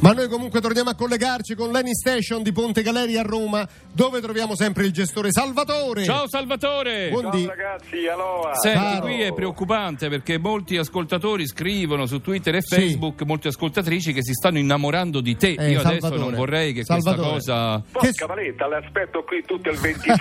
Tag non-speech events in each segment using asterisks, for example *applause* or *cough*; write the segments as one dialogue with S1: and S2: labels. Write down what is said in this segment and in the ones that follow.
S1: Ma noi comunque torniamo a collegarci con l'Eni Station di Ponte Galeria a Roma, dove troviamo sempre il gestore Salvatore.
S2: Ciao Salvatore!
S1: Buon- Quindi-
S3: Ciao ragazzi, aloha.
S2: Senti,
S1: Caro.
S2: qui è preoccupante perché molti ascoltatori scrivono su Twitter e
S1: Sì.
S2: Facebook, molte ascoltatrici che si stanno innamorando di te.
S1: Eh,
S2: Io adesso
S1: Salvatore.
S2: non vorrei che
S1: Salvatore.
S2: questa cosa...
S1: Che
S3: Porca
S1: s-
S3: paletta, l'aspetto qui tutto il 26.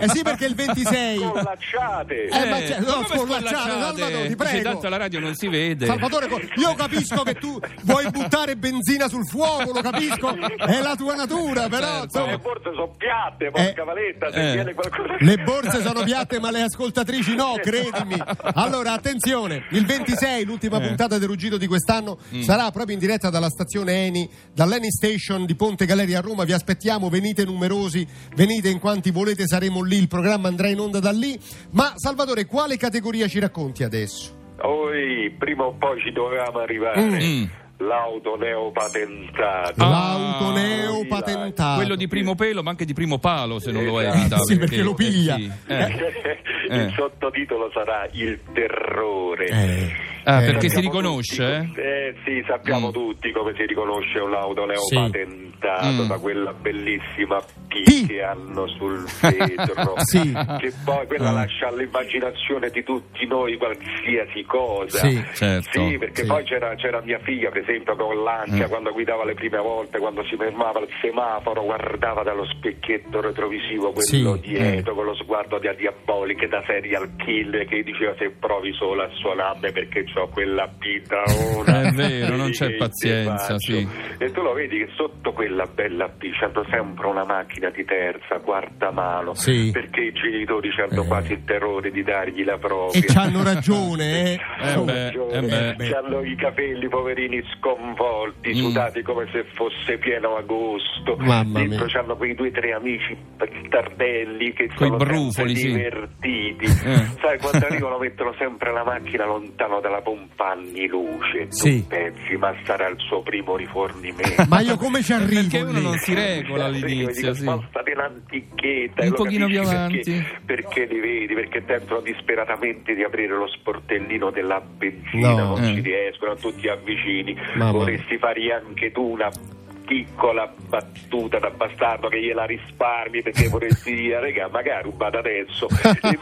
S1: eh sì, perché il 26.
S3: Collacciate.
S1: Eh, ma c'è- no,
S2: come
S1: scollacciate,
S2: scollacciate?
S1: Salvatore, ti
S2: Dice,
S1: prego.
S2: tanto la radio non si vede.
S1: Salvatore, co- io capisco che tu vuoi buttare benzina sul fuoco, lo capisco, è la tua natura, però
S2: Certo.
S3: Le
S1: insomma.
S3: borse sono piatte, porca
S1: Eh.
S3: paletta, se
S2: Eh.
S3: viene qualcuno...
S1: Le borse sono piatte, ma le ascoltatrici no, credimi. Allora, attenzione, il 26, l'ultima
S2: Eh.
S1: puntata del Ruggito di quest'anno,
S2: Mm.
S1: sarà proprio in diretta dalla stazione Eni, dall'Eni Station di Ponte Galeria a Roma. Vi aspettiamo, venite numerosi, venite in quanti volete, saremo lì, il programma andrà in onda da lì. Ma Salvatore, quale categoria ci racconti adesso?
S3: Oi, prima o poi ci dovevamo arrivare.
S2: Mm.
S3: L'auto neopatentata. *laughs*
S2: Ah,
S1: L'auto neopatentato.
S2: Quello di primo pelo, ma anche di primo palo, se non lo è.
S3: Esatto.
S1: Eh, Sì, perché lo piglia.
S2: eh sì, eh. Eh.
S3: Il sottotitolo sarà Il terrore.
S1: Eh,
S2: Ah,
S1: eh,
S2: perché si
S3: Sappiamo
S2: riconosce?
S3: tutti, eh? sì, sappiamo
S2: Mm.
S3: tutti come si riconosce un'auto
S1: Sì.
S3: neopatentata
S2: Mm.
S3: da quella bellissima P,
S1: P.
S3: che hanno sul
S2: *laughs*
S3: vetro.
S1: Sì.
S3: Che poi quella
S2: Ah.
S3: lascia all'immaginazione di tutti noi qualsiasi cosa.
S1: Sì.
S2: Certo.
S3: Sì, perché
S1: Sì.
S3: poi c'era, c'era mia figlia, per esempio, con l'ansia,
S2: Mm.
S3: quando guidava le prime volte, quando si fermava al semaforo, guardava dallo specchietto retrovisivo quello
S1: Sì,
S2: eh.
S3: dietro, con lo sguardo da diabolica, da serial killer, che diceva se provi solo a suonarmi perché ho quella
S2: *laughs*
S3: pita ora.
S2: È vero, non c'è
S3: Che ti
S2: pazienza,
S3: faccio?"
S2: sì.
S3: E tu lo vedi che sotto quella bella P c'hanno sempre una macchina di terza, guarda mano,
S1: Sì.
S3: perché i genitori hanno
S1: Eh.
S3: quasi il terrore di dargli la propria.
S1: E c'hanno ragione, eh?
S2: Eh beh, eh beh.
S3: Hanno i capelli poverini sconvolti,
S2: Mm.
S3: sudati come se fosse pieno agosto.
S1: Mamma mia.
S3: Dentro c'hanno quei due o tre amici tardelli che
S2: Quei
S3: sono
S2: brufoli, sì.
S3: sempre divertiti.
S2: Eh.
S3: Sai,
S2: *laughs*
S3: quando arrivano mettono sempre la macchina lontano dalla pompa anniluce.
S1: Sì.
S3: Tu pensi, ma sarà il suo primo rifornimento.
S1: Ma io come ci arrivo?
S2: Eh, Perché uno
S1: lì?
S2: non si regola
S3: Dico,
S2: all'inizio, sì.
S3: Spostati l'antichetta
S2: Un
S3: e lo
S2: pochino
S3: capisci
S2: più avanti.
S3: Perché, perché li vedi? Perché tentano disperatamente di aprire lo sportellino della benzina,
S1: No,
S3: non
S2: eh.
S3: ci riescono, tutti ti avvicini.
S1: Mamma.
S3: Vorresti fargli anche tu una piccola battuta da bastardo che gliela
S1: *laughs*
S3: risparmi perché vorresti dire regà magari rubata adesso e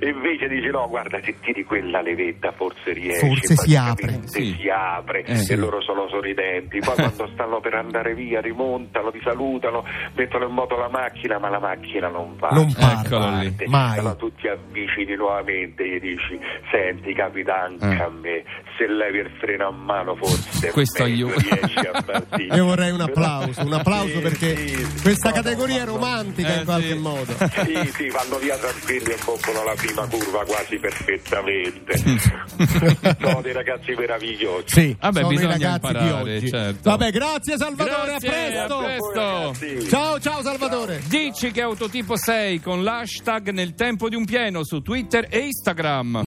S3: e invece dici no guarda se tiri quella levetta forse riesci
S1: Forse si apre.
S3: praticamente
S2: Sì.
S3: si apre
S2: Eh,
S3: e
S2: sì.
S3: loro sono sorridenti
S1: *laughs*
S3: poi quando stanno per andare via rimontano ti salutano mettono in moto la macchina ma la macchina non Ecco, va
S1: Non
S2: parla.
S3: parte.
S2: Eccolo lì.
S1: Ecco, Mai.
S3: Allora tu ti avvicini nuovamente e gli dici senti capita anche
S2: Eh.
S3: a me se levi il freno a mano forse
S2: Questo
S3: meglio
S2: aiuta.
S3: riesci a
S1: *laughs*
S3: partire
S1: Io vorrei un applauso, un applauso
S3: Sì,
S1: perché
S3: sì.
S1: questa
S3: No, no,
S1: categoria è
S3: no.
S1: romantica
S2: Eh,
S1: in qualche
S2: sì. *laughs*
S1: modo.
S3: Sì, sì, vanno via tranquilli e popolano la prima curva quasi perfettamente. Sono dei ragazzi meravigliosi.
S1: Sì,
S2: Vabbè,
S1: sono i
S2: bisogna
S1: ragazzi di
S2: imparare,
S1: oggi.
S2: certo.
S1: Vabbè, grazie Salvatore,
S2: Grazie,
S1: a presto.
S2: a presto.
S1: Ciao, ciao Salvatore.
S2: Dici che autotipo sei con l'hashtag nel tempo di un pieno su Twitter e Instagram.